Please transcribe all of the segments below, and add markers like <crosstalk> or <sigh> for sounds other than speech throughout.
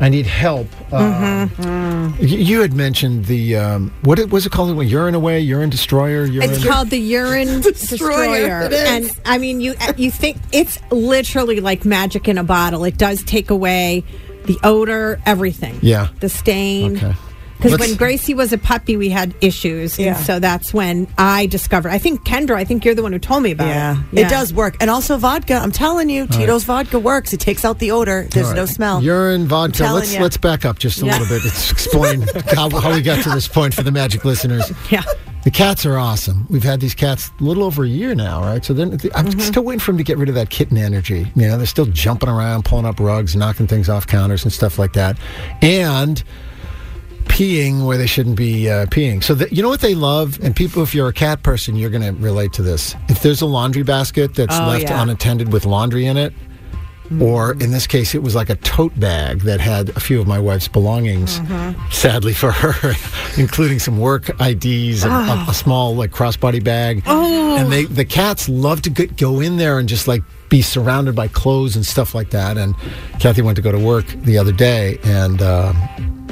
I need help. Um, mm-hmm. You had mentioned the um, what it was it called? Urine away, urine destroyer. Urine. It's called <laughs> the urine destroyer. destroyer. And I mean, you you think it's literally like magic in a bottle. It does take away the odor, everything. Yeah, the stain. Okay. Because when Gracie was a puppy, we had issues. Yeah. And so that's when I discovered. I think, Kendra, I think you're the one who told me about yeah. it. Yeah. It does work. And also vodka. I'm telling you, All Tito's right. vodka works. It takes out the odor. There's right. no smell. Urine, vodka. Let's, you. let's back up just a yeah. little bit. Let's explain how, how we got to this point for the magic listeners. Yeah. The cats are awesome. We've had these cats a little over a year now, right? So then I'm mm-hmm. still waiting for them to get rid of that kitten energy. You know, they're still jumping around, pulling up rugs, knocking things off counters and stuff like that. And peeing where they shouldn't be uh, peeing. So the, you know what they love, and people, if you're a cat person, you're going to relate to this. If there's a laundry basket that's oh, left yeah. unattended with laundry in it, mm-hmm. or in this case, it was like a tote bag that had a few of my wife's belongings. Mm-hmm. Sadly for her, <laughs> including some work IDs, and oh. a, a, small like crossbody bag, Ah. oh. and they the cats love to get, go in there and just like be surrounded by clothes and stuff like that. And Kathy went to go to work the other day and. Uh,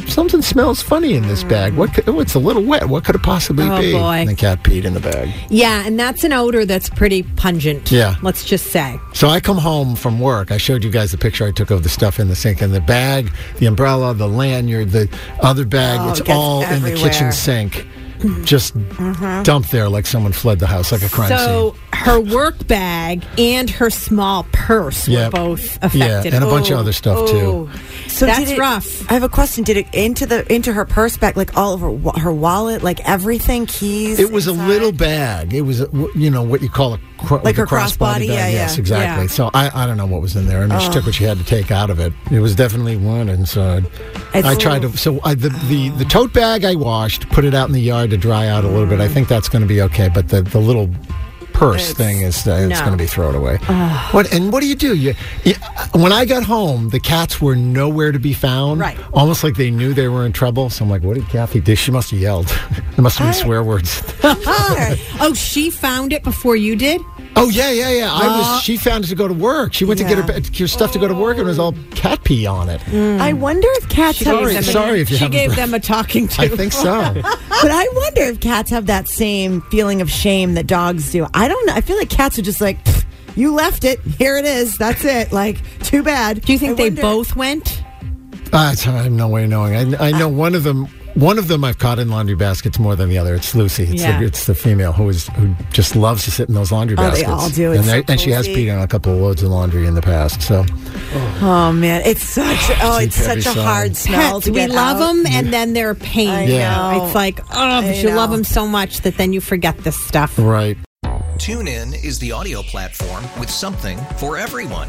something smells funny in this bag. What? Could, oh, it's a little wet. What could it possibly oh, be? Boy. And the cat peed in the bag. Yeah, and that's an odor that's pretty pungent. Yeah, let's just say. So I come home from work. I showed you guys the picture I took of the stuff in the sink and the bag, the umbrella, the lanyard, the other bag. Oh, it's it all everywhere. in the kitchen <clears throat> sink. Just mm-hmm. dumped there like someone fled the house, like a crime so, scene. So her work bag and her small purse yep. were both affected, yeah, and a bunch of other stuff too. So that's it, rough. I have a question. Did it into the into her purse bag, like all of her her wallet, like everything, keys? It was inside? a little bag. It was a, you know what you call a like, like her crossbody. Cross yeah, yes, yeah. exactly. Yeah. So I, I don't know what was in there. I mean, oh. she took what she had to take out of it. It was definitely one inside. It's I tried to. So I, the, the the Oh. tote bag I washed, put it out in the yard to dry out a little Mm. bit. I think that's going to be okay. But the the little purse it's, thing is uh, it's no. going to be thrown away. Uh, what and what do you do? You, you, when I got home, the cats were nowhere to be found. Right, almost like they knew they were in trouble. So I'm like, what did Kathy do? She must have yelled. <laughs> there must have been I, swear words. <laughs> oh, she found it before you did. Oh yeah, yeah, yeah. I uh, was. She found it to go to work. She went yeah. to get her, her stuff to go to work, and it was all cat pee on it. Mm. I wonder if cats. Sorry, have them sorry if you She gave breath. them a talking to. I <laughs> think so. but I wonder if cats have that same feeling of shame that dogs do. I don't know. I feel like cats are just like, you left it. Here it is. That's it. Like, too bad. Do you think I they wonder- both went? Uh, I have no way of knowing. I, I know uh, one of them one of them I've caught in laundry baskets more than the other. It's Lucy. It's, yeah. the, it's the female who is who just loves to sit in those laundry oh, baskets. They all do. And, so they, and, she has peed on a couple of loads of laundry in the past. So, oh, oh man, it's such oh, it's such a song. hard smell. Pets, we love out. them, and then they're a pain. I yeah, know. it's like oh, but you know. love them so much that then you forget this stuff. Right. Tune in is the audio platform with something for everyone.